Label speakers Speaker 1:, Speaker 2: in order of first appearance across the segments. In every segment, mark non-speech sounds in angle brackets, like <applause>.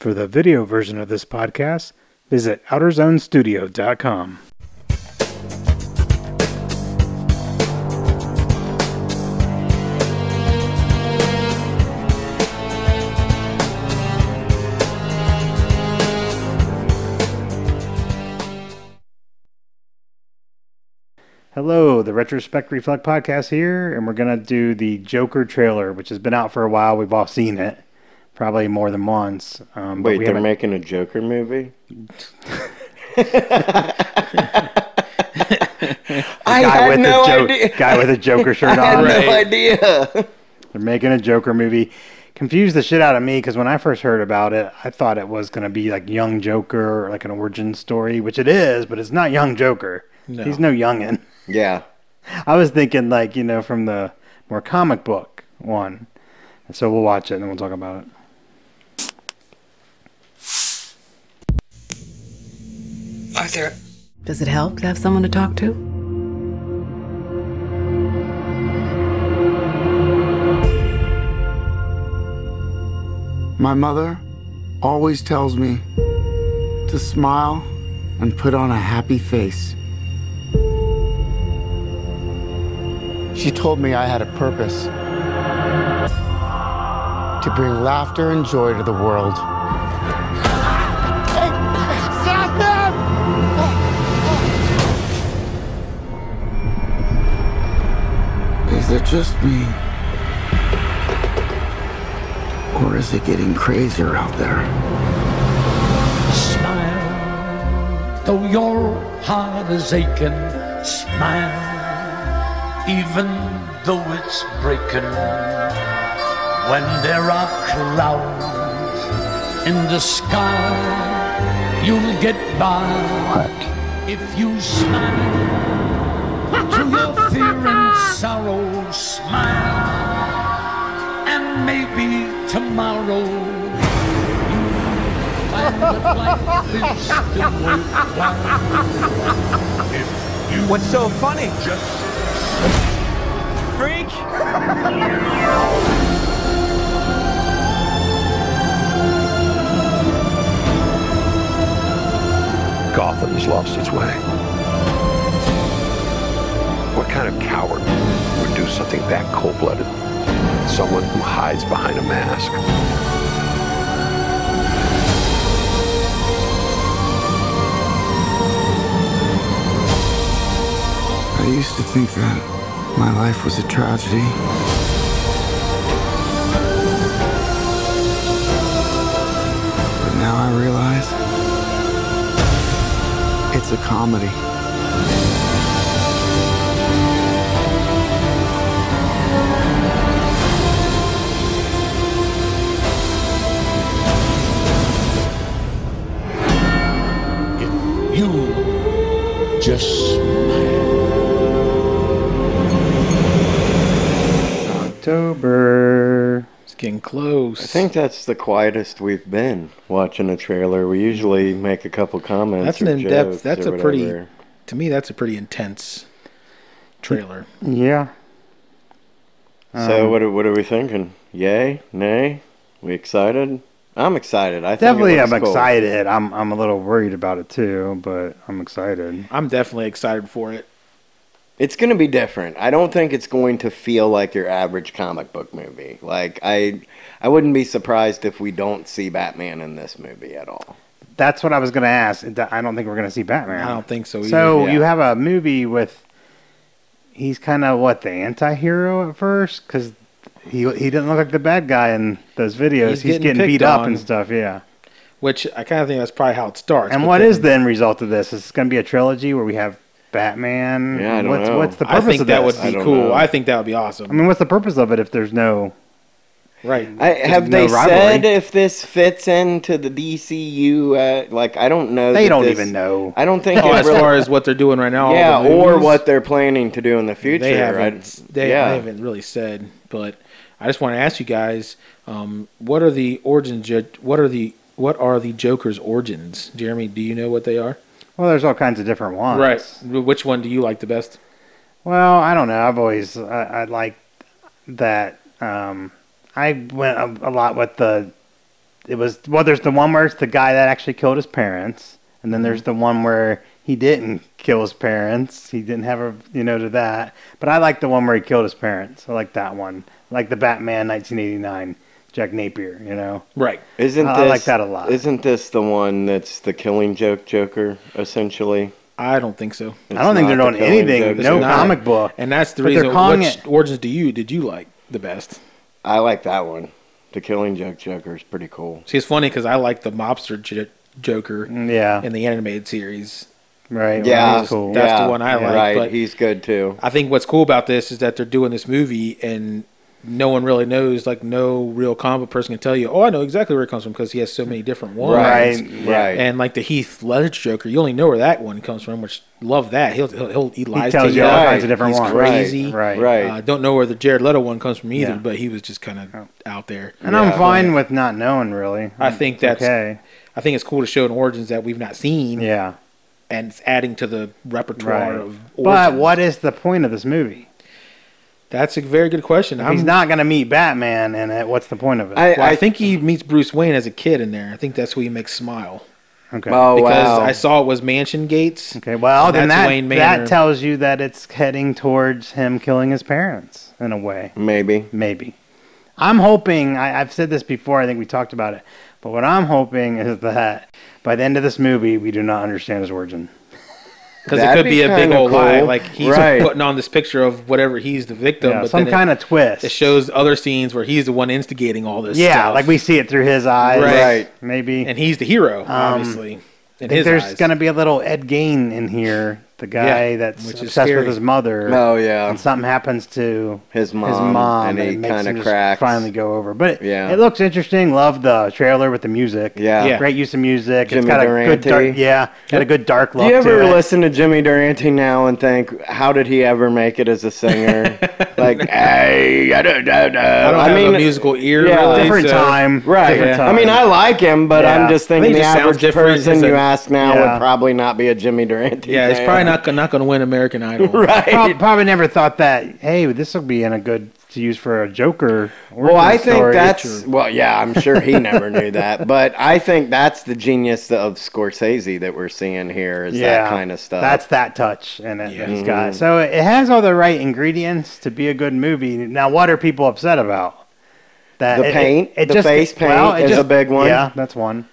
Speaker 1: For the video version of this podcast, visit OuterZoneStudio.com. Hello, the Retrospect Reflect podcast here, and we're going to do the Joker trailer, which has been out for a while. We've all seen it, probably more than once. Um, but
Speaker 2: Wait,
Speaker 1: we
Speaker 2: they're
Speaker 1: haven't-
Speaker 2: making a Joker <laughs> movie? I
Speaker 1: guy
Speaker 2: had
Speaker 1: with
Speaker 2: no
Speaker 1: a joke,
Speaker 2: idea.
Speaker 1: guy with a
Speaker 2: <laughs>
Speaker 1: Joker
Speaker 2: I
Speaker 1: shirt
Speaker 2: had
Speaker 1: on.
Speaker 2: no
Speaker 3: Right.
Speaker 2: idea.
Speaker 1: They're making a Joker movie. Confused the shit out of me because when I first heard about it, I thought it was going to be like Young Joker or like an origin story, which it is, but it's not Young Joker.
Speaker 3: No.
Speaker 1: He's no youngin.
Speaker 2: Yeah.
Speaker 1: I was thinking like you know from the more comic book one. And so we'll watch it and then we'll talk about it.
Speaker 4: Arthur,
Speaker 5: Does it help to have someone to talk to?
Speaker 6: My mother always tells me to smile and put on a happy face. She told me I had a purpose to bring laughter and joy to the world. Is it just me? Or is it getting crazier out there?
Speaker 7: Smile, though your heart is aching. Smile, even though it's breaking. When there are clouds in the sky, you'll get by. If you smile to your fear and sorrow, smile, and maybe tomorrow find that life is still worthwhile. If you What's so funny? Just freak.
Speaker 8: Gotham's lost its way. What kind of coward would do something that cold blooded? Someone who hides behind a mask.
Speaker 6: I used to think that my life was a tragedy. But now I realize it's a comedy.
Speaker 7: You just smile.
Speaker 1: October.
Speaker 3: It's getting close.
Speaker 2: I think that's the quietest we've been watching a trailer. We usually make a couple comments.
Speaker 3: that's an
Speaker 2: or
Speaker 3: in-depth.
Speaker 2: jokes
Speaker 3: That's
Speaker 2: or
Speaker 3: a pretty.
Speaker 2: whatever.
Speaker 3: To me, that's a pretty intense trailer.
Speaker 1: Yeah.
Speaker 2: so what are, what are we thinking? Yay? Nay? We excited? I'm excited. I think it
Speaker 1: Definitely
Speaker 2: looks
Speaker 1: I'm
Speaker 2: cool.
Speaker 1: excited. I'm I'm a little worried about it too, but I'm excited.
Speaker 3: I'm definitely excited for it.
Speaker 2: It's going to be different. I don't think it's going to feel like your average comic book movie. Like I I wouldn't be surprised if we don't see Batman in this movie at all.
Speaker 1: That's what I was going to ask. I don't think we're going to see Batman.
Speaker 3: I don't think so either.
Speaker 1: So
Speaker 2: yeah.
Speaker 1: you have a movie with he's kind of what the anti-hero at first because he he didn't look like the bad guy in those videos. He's,
Speaker 3: He's
Speaker 1: getting,
Speaker 3: getting
Speaker 1: beat
Speaker 3: picked
Speaker 1: up
Speaker 3: on.
Speaker 1: and stuff. Yeah.
Speaker 3: which I kind of think that's probably how it starts.
Speaker 1: and
Speaker 3: but
Speaker 1: what
Speaker 3: then-
Speaker 1: is the end result of this? Is this going to be a trilogy where we have Batman?
Speaker 2: Yeah, I don't
Speaker 1: what's
Speaker 2: know.
Speaker 1: what's the
Speaker 3: I
Speaker 1: purpose
Speaker 3: think
Speaker 1: of
Speaker 3: that
Speaker 1: this?
Speaker 3: would
Speaker 2: I
Speaker 3: be
Speaker 2: don't
Speaker 3: cool.
Speaker 2: know.
Speaker 3: I think that would be awesome.
Speaker 1: I mean, what's the purpose of it if there's no?
Speaker 3: right.
Speaker 2: I, have
Speaker 1: no
Speaker 2: they
Speaker 1: rivalry.
Speaker 2: said if this fits into the DCU? Uh, like I don't know.
Speaker 1: They
Speaker 2: that
Speaker 1: don't
Speaker 2: this-
Speaker 1: even know.
Speaker 2: I don't think.
Speaker 3: Oh,
Speaker 2: it
Speaker 3: as
Speaker 2: really-
Speaker 3: far as what they're doing right now, all
Speaker 2: yeah,
Speaker 3: the
Speaker 2: or
Speaker 3: movies,
Speaker 2: what they're planning to do in the future.
Speaker 3: they
Speaker 2: right?
Speaker 3: haven't they,
Speaker 2: yeah.
Speaker 3: they haven't really said. But I just want to ask you guys, um, what are the origins? Jo- What are the what are the Joker's origins? Jeremy, do you know what they are?
Speaker 1: Well, there's all kinds of different ones.
Speaker 3: Wh- Which one do you like the best?
Speaker 1: Well, I don't know. I've always I, I like that. Um, I went a, a lot with the it was well. There's the one where it's the guy that actually killed his parents, and then there's the
Speaker 2: Mm-hmm.
Speaker 1: one where he didn't kill his parents. He didn't have a you know to that. But I like the one where he killed his parents. I like that one. I like the Batman 1989, Jack Napier. You know.
Speaker 3: Right.
Speaker 2: Isn't
Speaker 1: I-
Speaker 2: this,
Speaker 1: I like that a lot.
Speaker 2: Isn't this the one that's the Killing Joke Joker essentially?
Speaker 3: I don't think so.
Speaker 1: I don't
Speaker 2: It's
Speaker 1: think they're
Speaker 2: not
Speaker 1: doing
Speaker 2: the Killing
Speaker 1: anything.
Speaker 2: Joke,
Speaker 1: No
Speaker 2: it's
Speaker 3: not.
Speaker 1: comic book.
Speaker 3: And that's the
Speaker 1: But they're
Speaker 3: reason.
Speaker 1: calling
Speaker 3: Which
Speaker 1: it-
Speaker 3: origins do you did you like the best?
Speaker 2: I like that one. The Killing Joke Joker is pretty cool.
Speaker 3: See, it's funny because I like the mobster j- Joker
Speaker 1: Yeah.
Speaker 3: in the animated series.
Speaker 1: right.
Speaker 2: Yeah,
Speaker 1: well, he's cool.
Speaker 3: that- That's the
Speaker 2: yeah,
Speaker 3: one I like,
Speaker 2: Right,
Speaker 3: but-
Speaker 2: he's good too.
Speaker 3: I think what's cool about this is that they're doing this movie and no one really knows. Like no real comic person can tell you. Oh, I know exactly where it comes from because he has so many different ones.
Speaker 1: Right. yeah.
Speaker 2: Right.
Speaker 3: And like the Heath Ledger Joker, you only know where that one comes from. Which love that he'll he'll, he'll he
Speaker 1: He
Speaker 3: lies to
Speaker 1: tells
Speaker 3: you.
Speaker 1: you all
Speaker 2: Right.
Speaker 1: kinds of different
Speaker 3: He's
Speaker 1: ones.
Speaker 3: crazy.
Speaker 1: Right.
Speaker 2: Right.
Speaker 3: Uh, don't know where the Jared Leto one comes from either,
Speaker 1: Yeah.
Speaker 3: but he was just kind of out there.
Speaker 1: And I'm fine with not knowing really.
Speaker 3: I think
Speaker 1: It's
Speaker 3: that's
Speaker 1: okay.
Speaker 3: I think it's cool to show an origins that we've not seen,
Speaker 1: Yeah.
Speaker 3: and it's adding to the repertoire
Speaker 1: Right.
Speaker 3: of. Origins.
Speaker 1: But what is the point of this movie?
Speaker 3: That's a very good question.
Speaker 1: If he's
Speaker 3: I'm-
Speaker 1: not going to meet Batman in it, what's the point of it?
Speaker 2: I,
Speaker 3: well, I,
Speaker 2: I
Speaker 3: think he meets Bruce Wayne as a kid in there. I think that's who he makes smile
Speaker 1: okay.
Speaker 2: Oh
Speaker 3: because
Speaker 2: wow!
Speaker 3: I saw it was mansion gates.
Speaker 1: okay. Well,
Speaker 3: and
Speaker 1: then
Speaker 3: that's
Speaker 1: that
Speaker 3: Wayne Manor.
Speaker 1: that tells you that it's heading towards him killing his parents in a way.
Speaker 2: Maybe.
Speaker 1: Maybe. I'm hoping, I, I've said this before, I think we talked about it, but what I'm hoping is that by the end of this movie, we do not understand his origin.
Speaker 3: because it
Speaker 2: That'd
Speaker 3: could
Speaker 2: be
Speaker 3: be, a big
Speaker 2: kinda
Speaker 3: old lie.
Speaker 2: cool.
Speaker 3: Like he's
Speaker 2: Right.
Speaker 3: putting on this picture of whatever he's the victim,
Speaker 1: Yeah,
Speaker 3: but
Speaker 1: some
Speaker 3: then
Speaker 1: kind of twist.
Speaker 3: it, it shows other scenes where he's the one instigating all this.
Speaker 1: yeah,
Speaker 3: stuff.
Speaker 1: like we see it through his eyes.
Speaker 3: Right.
Speaker 2: Right.
Speaker 1: Maybe.
Speaker 3: and he's the hero, obviously. In
Speaker 1: I think
Speaker 3: his
Speaker 1: there's
Speaker 3: eyes.
Speaker 1: going to be a little Ed Gain in here, the guy
Speaker 3: Yeah,
Speaker 1: that's
Speaker 3: which is
Speaker 1: obsessed
Speaker 3: scary.
Speaker 1: with his mother.
Speaker 2: Oh yeah.
Speaker 1: And something happens to
Speaker 2: His mom, and
Speaker 1: it
Speaker 2: he
Speaker 1: makes
Speaker 2: kinda
Speaker 1: him just
Speaker 2: cracks.
Speaker 1: Finally, go over. But
Speaker 2: Yeah.
Speaker 1: it looks interesting. Love the trailer with the music.
Speaker 2: Yeah.
Speaker 3: Yeah.
Speaker 1: great use of music.
Speaker 2: Jimmy
Speaker 1: it's got a good
Speaker 2: Durante.
Speaker 1: dark. Yeah, got a good dark
Speaker 2: Do
Speaker 1: look.
Speaker 2: you ever
Speaker 1: to it.
Speaker 2: listen to Jimmy Durante now and think, how did he ever make it as a
Speaker 3: <laughs>
Speaker 2: singer? like, hey, I don't, I don't know.
Speaker 3: I don't have
Speaker 2: mean,
Speaker 3: a musical ear.
Speaker 2: yeah,
Speaker 3: really,
Speaker 1: Different
Speaker 3: so-
Speaker 1: time.
Speaker 2: Right.
Speaker 1: Different
Speaker 2: I
Speaker 1: time.
Speaker 2: mean,
Speaker 3: <laughs>
Speaker 2: I like him, but
Speaker 1: Yeah.
Speaker 2: I'm just
Speaker 1: I think
Speaker 2: thinking
Speaker 3: he
Speaker 2: the
Speaker 3: just sounds
Speaker 2: average
Speaker 3: different as
Speaker 2: person
Speaker 3: a-
Speaker 2: you ask now
Speaker 1: Yeah.
Speaker 2: would probably not be a Jimmy Durante.
Speaker 3: Yeah, he's
Speaker 2: fan.
Speaker 3: probably not not going to win
Speaker 1: <laughs>
Speaker 3: American Idol.
Speaker 1: Prob-
Speaker 2: Right.
Speaker 1: probably never thought that. Hey, this will be in a good to use for a Joker.
Speaker 2: Well, I
Speaker 1: origin
Speaker 2: think
Speaker 1: story.
Speaker 2: that's well, yeah, I'm sure he never knew that, but I think that's the genius of Scorsese that we're seeing here is that kind of stuff. Mm-hmm.
Speaker 1: That's that touch in it that he's got. So it has all the right ingredients to be a good movie. Now, what are people upset about? That
Speaker 2: The paint, the face paint
Speaker 1: it
Speaker 2: is a big one.
Speaker 1: Yeah, that's one.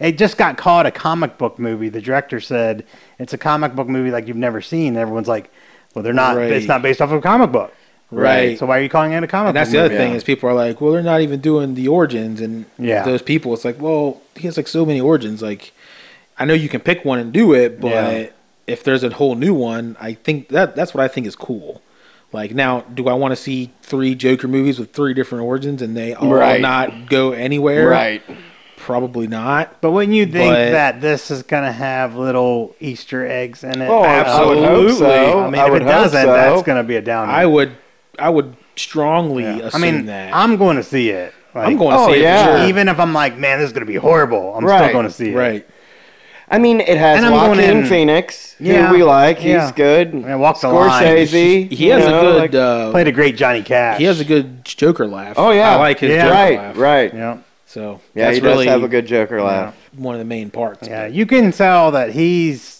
Speaker 1: It just got called a comic book movie. The director said it's a comic book movie like you've never seen. And everyone's like, well, they're not.
Speaker 3: Right.
Speaker 1: It's not based off of a comic book.
Speaker 3: Right.
Speaker 1: So why are you calling it a comic?
Speaker 3: And that's
Speaker 1: book
Speaker 3: the other
Speaker 1: movie?
Speaker 3: thing is people are like, well, they're not even doing the origins and
Speaker 1: Yeah.
Speaker 3: those people. It's like, well, he has like so many origins. Like, I know you can pick one and do it, but
Speaker 1: Yeah.
Speaker 3: if there's a whole new one, I think that that's what I think is cool. Like now, do I want to see three Joker movies with three different origins and they all
Speaker 2: Right.
Speaker 3: not go anywhere?
Speaker 2: right. Mm.
Speaker 3: Probably not.
Speaker 1: But wouldn't you think
Speaker 3: But-
Speaker 1: that this is going to have little Easter eggs in it?
Speaker 2: Oh,
Speaker 3: Absolutely.
Speaker 2: I would hope so.
Speaker 1: I mean,
Speaker 2: I
Speaker 1: if
Speaker 2: would
Speaker 1: it
Speaker 2: hope
Speaker 1: doesn't,
Speaker 2: so.
Speaker 1: that's going to be a downer.
Speaker 3: I would, I would strongly assume
Speaker 1: I mean,
Speaker 3: that. I'm,
Speaker 1: I'm going to see it. Like,
Speaker 3: going to
Speaker 2: Oh,
Speaker 3: say
Speaker 2: yeah.
Speaker 3: it for sure.
Speaker 1: even if I'm like, man, this is going to be horrible. I'm
Speaker 2: Right.
Speaker 1: still going to see it.
Speaker 3: Right.
Speaker 2: I mean, it has
Speaker 1: And I'm going
Speaker 2: Joaquin
Speaker 1: in-
Speaker 2: Phoenix,
Speaker 1: Yeah.
Speaker 2: who we like. He's
Speaker 1: Yeah.
Speaker 2: good.
Speaker 1: Yeah, walk the line.
Speaker 2: Scorsese.
Speaker 3: He has
Speaker 2: you know,
Speaker 3: a good.
Speaker 2: like-
Speaker 3: uh,
Speaker 1: Played a great Johnny Cash.
Speaker 3: he has a good Joker laugh.
Speaker 2: oh yeah,
Speaker 3: I like his
Speaker 1: Yeah.
Speaker 3: Joker
Speaker 2: right,
Speaker 3: laugh.
Speaker 2: right. Yeah,
Speaker 1: Yeah.
Speaker 3: So
Speaker 2: he does have a good Joker laugh.
Speaker 3: one of the main parts.
Speaker 1: Yeah. You can tell that he's.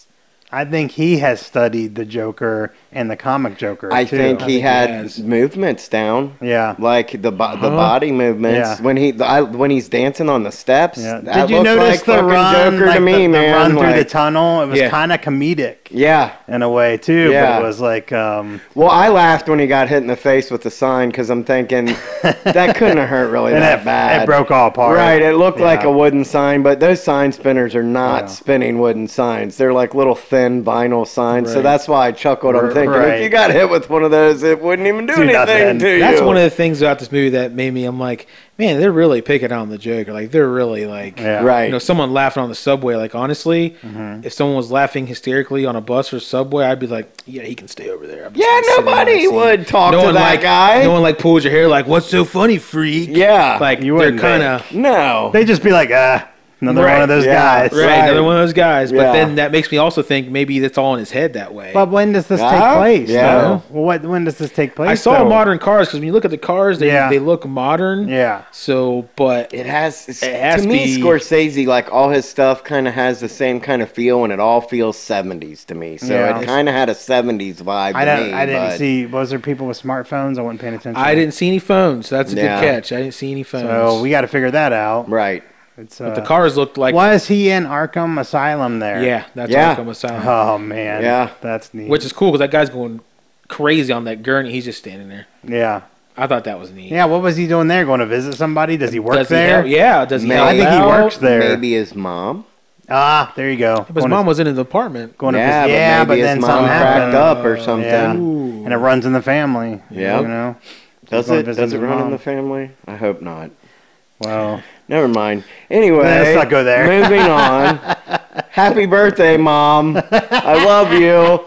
Speaker 1: I think he has studied the Joker and the comic Joker.
Speaker 2: I
Speaker 1: too.
Speaker 2: think he had
Speaker 3: has.
Speaker 2: movements down.
Speaker 1: Yeah.
Speaker 2: Like the bo- the body movements
Speaker 1: Yeah.
Speaker 2: when he the, I, when he's dancing on the steps.
Speaker 1: Yeah.
Speaker 2: That
Speaker 1: Did you
Speaker 2: looked
Speaker 1: notice
Speaker 2: like
Speaker 1: the
Speaker 2: fucking
Speaker 1: run,
Speaker 2: Joker
Speaker 1: like
Speaker 2: to
Speaker 1: the,
Speaker 2: me,
Speaker 1: the
Speaker 2: man?
Speaker 1: run through the
Speaker 2: like-
Speaker 1: tunnel? It was
Speaker 3: Yeah.
Speaker 1: kind of comedic
Speaker 2: yeah.
Speaker 1: in a way too,
Speaker 2: Yeah.
Speaker 1: but it was like, um,
Speaker 2: Well, I laughed when he got hit in the face with the sign because I'm thinking that couldn't have hurt
Speaker 1: <laughs>
Speaker 2: really
Speaker 1: and
Speaker 2: that
Speaker 1: it,
Speaker 2: bad.
Speaker 1: it broke all apart.
Speaker 2: Right, it looked like
Speaker 1: Yeah.
Speaker 2: a wooden sign, but those sign spinners are not
Speaker 1: Yeah.
Speaker 2: spinning wooden signs. They're like little thin vinyl signs. So
Speaker 3: Right.
Speaker 2: that's why I chuckled. I'm
Speaker 1: R-
Speaker 2: thinking
Speaker 1: right.
Speaker 2: if you got hit with one of those, it wouldn't even do,
Speaker 1: Do
Speaker 2: anything
Speaker 1: nothing.
Speaker 2: to you.
Speaker 3: That's one of the things about this movie that made me. I'm like, man, they're really picking on the Joker. Like they're really like,
Speaker 1: Yeah.
Speaker 2: right.
Speaker 3: you know, someone laughing on the subway. Like honestly,
Speaker 2: Mm-hmm.
Speaker 3: if someone was laughing hysterically on a bus or subway, I'd be like, yeah, he can stay over there. I'm just
Speaker 2: Yeah,
Speaker 3: gonna sit in my
Speaker 2: nobody
Speaker 3: seat.
Speaker 2: would talk to
Speaker 3: one,
Speaker 2: that
Speaker 3: like,
Speaker 2: guy.
Speaker 3: No one like pulls your hair. Like, what's so funny, freak?
Speaker 2: yeah,
Speaker 3: Like
Speaker 1: You
Speaker 3: they're
Speaker 1: wouldn't
Speaker 3: kind of.
Speaker 2: no.
Speaker 1: They just be like, ah, Another one of those
Speaker 2: yeah.
Speaker 1: guys.
Speaker 3: Right,
Speaker 2: Right.
Speaker 3: another one of those guys. But
Speaker 2: Yeah.
Speaker 3: then that makes me also think maybe that's all in his head that way.
Speaker 1: But when does this
Speaker 2: Huh?
Speaker 1: take place?
Speaker 2: Yeah.
Speaker 1: though? Well, what when does this take place?
Speaker 3: I saw
Speaker 1: though?
Speaker 3: modern cars because when you look at the cars, they
Speaker 1: Yeah.
Speaker 3: they look modern.
Speaker 1: Yeah.
Speaker 3: So, but
Speaker 2: It has,
Speaker 3: has
Speaker 2: to me
Speaker 3: to be-
Speaker 2: Scorsese like all his stuff kind of has the same kind of feel and it all feels 70s to me. So
Speaker 1: Yeah.
Speaker 2: it kind of had a 70s vibe
Speaker 1: I
Speaker 2: to
Speaker 1: don't.
Speaker 2: me,
Speaker 1: I didn't
Speaker 2: but-
Speaker 1: see. Was there people with smartphones? I wasn't paying attention.
Speaker 3: I didn't see any phones. That's a
Speaker 2: Yeah.
Speaker 3: good catch. I didn't see any phones.
Speaker 1: So we got to figure that out.
Speaker 2: Right.
Speaker 1: It's,
Speaker 3: but
Speaker 1: uh,
Speaker 3: the cars looked like
Speaker 1: was he in Arkham Asylum there?
Speaker 3: yeah. That's
Speaker 2: Yeah.
Speaker 3: yeah. Arkham Asylum,
Speaker 1: Oh man.
Speaker 2: Yeah.
Speaker 1: That's neat.
Speaker 3: which is cool because that guy's going crazy on that gurney. He's just standing there.
Speaker 1: yeah.
Speaker 3: I thought that was neat.
Speaker 1: Yeah. What was he doing there? Going to visit somebody? Does he work
Speaker 3: Does he
Speaker 1: there?
Speaker 3: help- yeah. Does he?
Speaker 2: Maybe-
Speaker 3: help
Speaker 2: I think he
Speaker 3: out?
Speaker 1: works there.
Speaker 2: Maybe his mom.
Speaker 1: Ah, there you go.
Speaker 3: But his
Speaker 1: Going
Speaker 3: mom
Speaker 1: to,
Speaker 3: was in his apartment.
Speaker 1: going
Speaker 2: yeah,
Speaker 1: to visit. Yeah,
Speaker 2: but
Speaker 1: but
Speaker 2: maybe
Speaker 1: then
Speaker 2: his mom
Speaker 1: something
Speaker 2: cracked
Speaker 1: happened.
Speaker 2: up or something.
Speaker 1: Yeah. And it runs in the family.
Speaker 2: Yeah.
Speaker 1: You know.
Speaker 2: Does
Speaker 1: Going
Speaker 2: it?
Speaker 1: to visit
Speaker 2: Does it
Speaker 1: your
Speaker 2: run in
Speaker 1: mom.
Speaker 2: the family? I hope not.
Speaker 1: Well.
Speaker 2: Never mind. Anyway,
Speaker 1: Let's not go there. <laughs>
Speaker 2: Moving on. Happy birthday, mom. I
Speaker 1: <laughs>
Speaker 2: love you.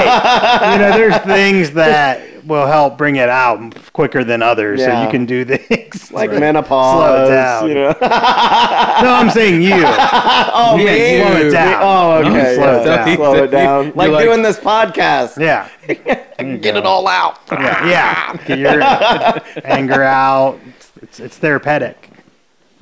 Speaker 1: you know, there's things that will help bring it out quicker than others, so
Speaker 2: Yeah.
Speaker 1: you can do <laughs> things.
Speaker 2: Like
Speaker 1: Right.
Speaker 2: menopause.
Speaker 1: Slow it down.
Speaker 2: You know?
Speaker 1: no, I'm saying
Speaker 2: <laughs>
Speaker 1: you.
Speaker 2: Oh,
Speaker 3: Yeah,
Speaker 2: me?
Speaker 3: you.
Speaker 1: Slow it <laughs> down.
Speaker 2: <laughs> Oh,
Speaker 1: You can
Speaker 2: okay.
Speaker 1: slow it
Speaker 2: yeah.
Speaker 1: down.
Speaker 2: Slow
Speaker 1: <laughs>
Speaker 2: it down. Like,
Speaker 3: like-
Speaker 2: doing this podcast.
Speaker 1: Yeah,
Speaker 2: Get it all out.
Speaker 1: yeah, yeah. Get your anger out. It's, it's, it's therapeutic.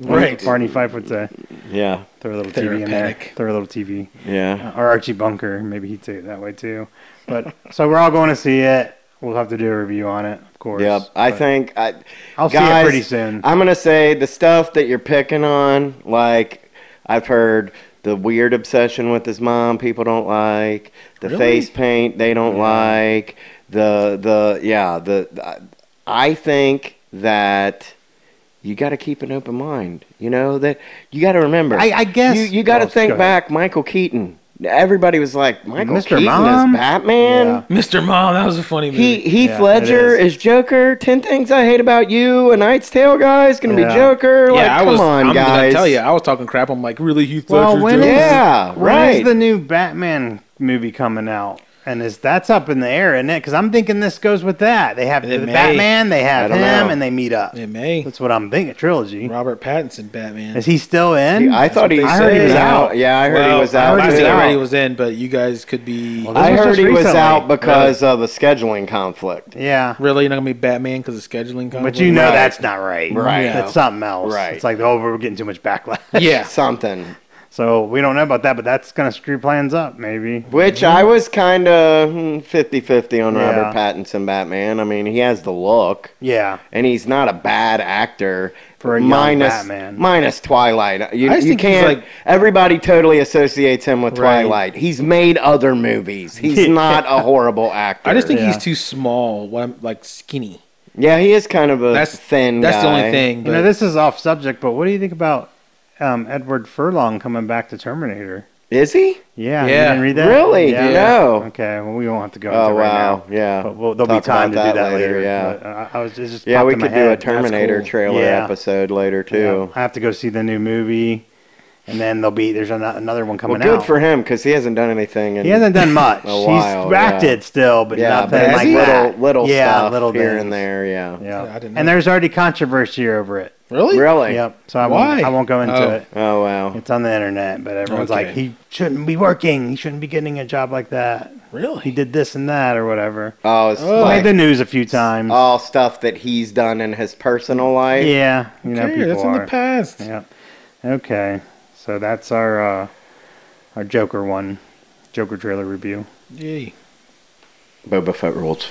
Speaker 3: Right.
Speaker 1: Barney Fife would say.
Speaker 2: Yeah.
Speaker 1: Throw a little TV in there.
Speaker 3: Therapeutic.
Speaker 1: Throw a little TV.
Speaker 2: Yeah.
Speaker 1: Or Archie Bunker. Maybe he'd say it that way too. But so we're all going to see it. We'll have to do a review on it, of course.
Speaker 2: Yep. I
Speaker 1: But
Speaker 2: think I.
Speaker 1: I'll see it
Speaker 2: guys,
Speaker 1: pretty soon.
Speaker 2: I'm gonna say the stuff that you're picking on, like I've heard the weird obsession with his mom, people don't like the
Speaker 3: Really?
Speaker 2: face paint, they don't like the the yeah the, the I think that you got to keep an open mind. You know that you got to remember.
Speaker 1: I- I guess-
Speaker 2: you, you got to
Speaker 1: Well,
Speaker 2: think
Speaker 1: go ahead.
Speaker 2: back. Michael Keaton. Everybody was like Michael
Speaker 1: Mr.
Speaker 2: Keaton
Speaker 1: Mom?
Speaker 2: is Batman.
Speaker 1: Yeah.
Speaker 3: Mr. Mom, that was a funny movie.
Speaker 2: He, Heath
Speaker 1: Yeah, it
Speaker 2: Ledger
Speaker 1: is.
Speaker 2: is. Joker. Ten Things I Hate About You. A Knight's Tale guy is gonna
Speaker 1: Yeah.
Speaker 2: be Joker.
Speaker 3: yeah,
Speaker 2: like,
Speaker 3: I
Speaker 2: come
Speaker 3: was.
Speaker 2: on,
Speaker 3: I'm gonna
Speaker 2: guys.
Speaker 3: tell you, I was talking crap. I'm like, really, Heath
Speaker 1: Well,
Speaker 3: Ledger?
Speaker 1: when
Speaker 3: Joker?
Speaker 1: is-
Speaker 2: yeah,
Speaker 1: When is
Speaker 2: right.
Speaker 1: the new Batman movie coming out? And is that's up in the air, isn't it? Because I'm thinking this goes with that. They have
Speaker 3: It
Speaker 1: the
Speaker 3: may.
Speaker 1: Batman, they have
Speaker 2: I
Speaker 1: him,
Speaker 2: don't know.
Speaker 1: and they meet up.
Speaker 3: It may.
Speaker 1: That's what I'm thinking. Trilogy.
Speaker 3: Robert Pattinson, Batman.
Speaker 1: Is he still in?
Speaker 2: I thought he,
Speaker 1: I heard he
Speaker 2: said-
Speaker 1: was out.
Speaker 2: Yeah, I heard he
Speaker 3: Well,
Speaker 2: was out.
Speaker 3: I
Speaker 1: heard he was
Speaker 2: too.
Speaker 3: think
Speaker 1: out.
Speaker 3: already was in, but you guys could be
Speaker 1: Well, This
Speaker 2: I
Speaker 1: was
Speaker 2: heard
Speaker 1: just
Speaker 2: he was
Speaker 1: recently.
Speaker 2: out because of a scheduling conflict.
Speaker 1: Yeah.
Speaker 3: really not gonna be Batman because of scheduling.
Speaker 1: But
Speaker 3: conflict?
Speaker 1: you know
Speaker 2: Right.
Speaker 1: that's not right.
Speaker 2: Right.
Speaker 1: That's something else.
Speaker 2: Right.
Speaker 1: It's like, oh, we're getting too much backlash.
Speaker 3: yeah,
Speaker 2: Something.
Speaker 1: <laughs> So we don't know about that, but that's going to screw plans up, maybe.
Speaker 2: Which I was kind of 50 50 on Robert
Speaker 1: Yeah.
Speaker 2: Pattinson Batman. I mean, he has the look.
Speaker 1: Yeah.
Speaker 2: and he's not a bad actor
Speaker 1: For a young
Speaker 2: minus
Speaker 1: Batman.
Speaker 2: minus Twilight. You,
Speaker 3: I just
Speaker 2: you
Speaker 3: think he's
Speaker 2: can't.
Speaker 3: like-
Speaker 2: everybody totally associates him with
Speaker 3: Right.
Speaker 2: Twilight. He's made other movies. He's not a
Speaker 1: <laughs>
Speaker 2: horrible actor.
Speaker 3: I just think
Speaker 1: Yeah.
Speaker 3: he's too small. What I'm like skinny.
Speaker 2: yeah, he is kind of a
Speaker 3: That's
Speaker 2: thin.
Speaker 3: That's the
Speaker 2: guy.
Speaker 3: only thing. But
Speaker 1: You know, this is off subject, but what do you think about um, Edward Furlong coming back to Terminator?
Speaker 2: Is he?
Speaker 1: Yeah, you
Speaker 3: Yeah.
Speaker 1: didn't read that.
Speaker 2: Really?
Speaker 1: Yeah.
Speaker 2: No.
Speaker 1: Okay, well, we won't have to go.
Speaker 2: Oh
Speaker 1: into it right
Speaker 2: wow!
Speaker 1: now.
Speaker 2: yeah,
Speaker 1: But we'll, there'll
Speaker 2: Talk
Speaker 1: be time to
Speaker 2: about
Speaker 1: do that later.
Speaker 2: yeah,
Speaker 1: But, uh, I was it just
Speaker 2: yeah.
Speaker 1: popped
Speaker 2: We
Speaker 1: in my
Speaker 2: could do a
Speaker 1: head.
Speaker 2: Terminator
Speaker 3: cool.
Speaker 2: trailer
Speaker 1: Yeah.
Speaker 2: episode later
Speaker 1: Yeah.
Speaker 2: too.
Speaker 1: I have to go see the new movie, and then there'll be there's an, another one
Speaker 2: Well,
Speaker 1: coming
Speaker 2: good
Speaker 1: out.
Speaker 2: for him because he hasn't done anything. In,
Speaker 1: he hasn't
Speaker 2: <laughs>
Speaker 1: done much.
Speaker 2: while,
Speaker 1: He's
Speaker 2: yeah.
Speaker 1: acted still, but
Speaker 2: yeah,
Speaker 1: nothing
Speaker 2: but it's
Speaker 1: like
Speaker 2: little
Speaker 1: that.
Speaker 2: little
Speaker 1: yeah,
Speaker 2: stuff
Speaker 1: little
Speaker 2: here
Speaker 1: things.
Speaker 2: and there. Yeah,
Speaker 1: Yeah,
Speaker 3: Yeah, I didn't
Speaker 1: and
Speaker 3: know.
Speaker 1: there's already controversy over it.
Speaker 3: really,
Speaker 2: really.
Speaker 1: Yep. So I
Speaker 3: Why?
Speaker 1: won't. I won't go into
Speaker 3: Oh.
Speaker 1: it.
Speaker 2: Oh wow.
Speaker 1: It's on the internet, but everyone's
Speaker 3: Okay.
Speaker 1: like, he shouldn't be working. He shouldn't be getting a job like that. He
Speaker 3: really.
Speaker 1: did this and that or whatever.
Speaker 2: Oh, it's
Speaker 1: Well,
Speaker 2: like
Speaker 1: made the news a few times.
Speaker 2: all stuff that he's done in his personal life.
Speaker 1: yeah, you know
Speaker 3: Okay,
Speaker 1: people
Speaker 3: that's in
Speaker 1: are.
Speaker 3: the past.
Speaker 1: Yeah. Okay, so that's our uh, our Joker one, Joker trailer review.
Speaker 3: Gee.
Speaker 2: Boba Fett rules.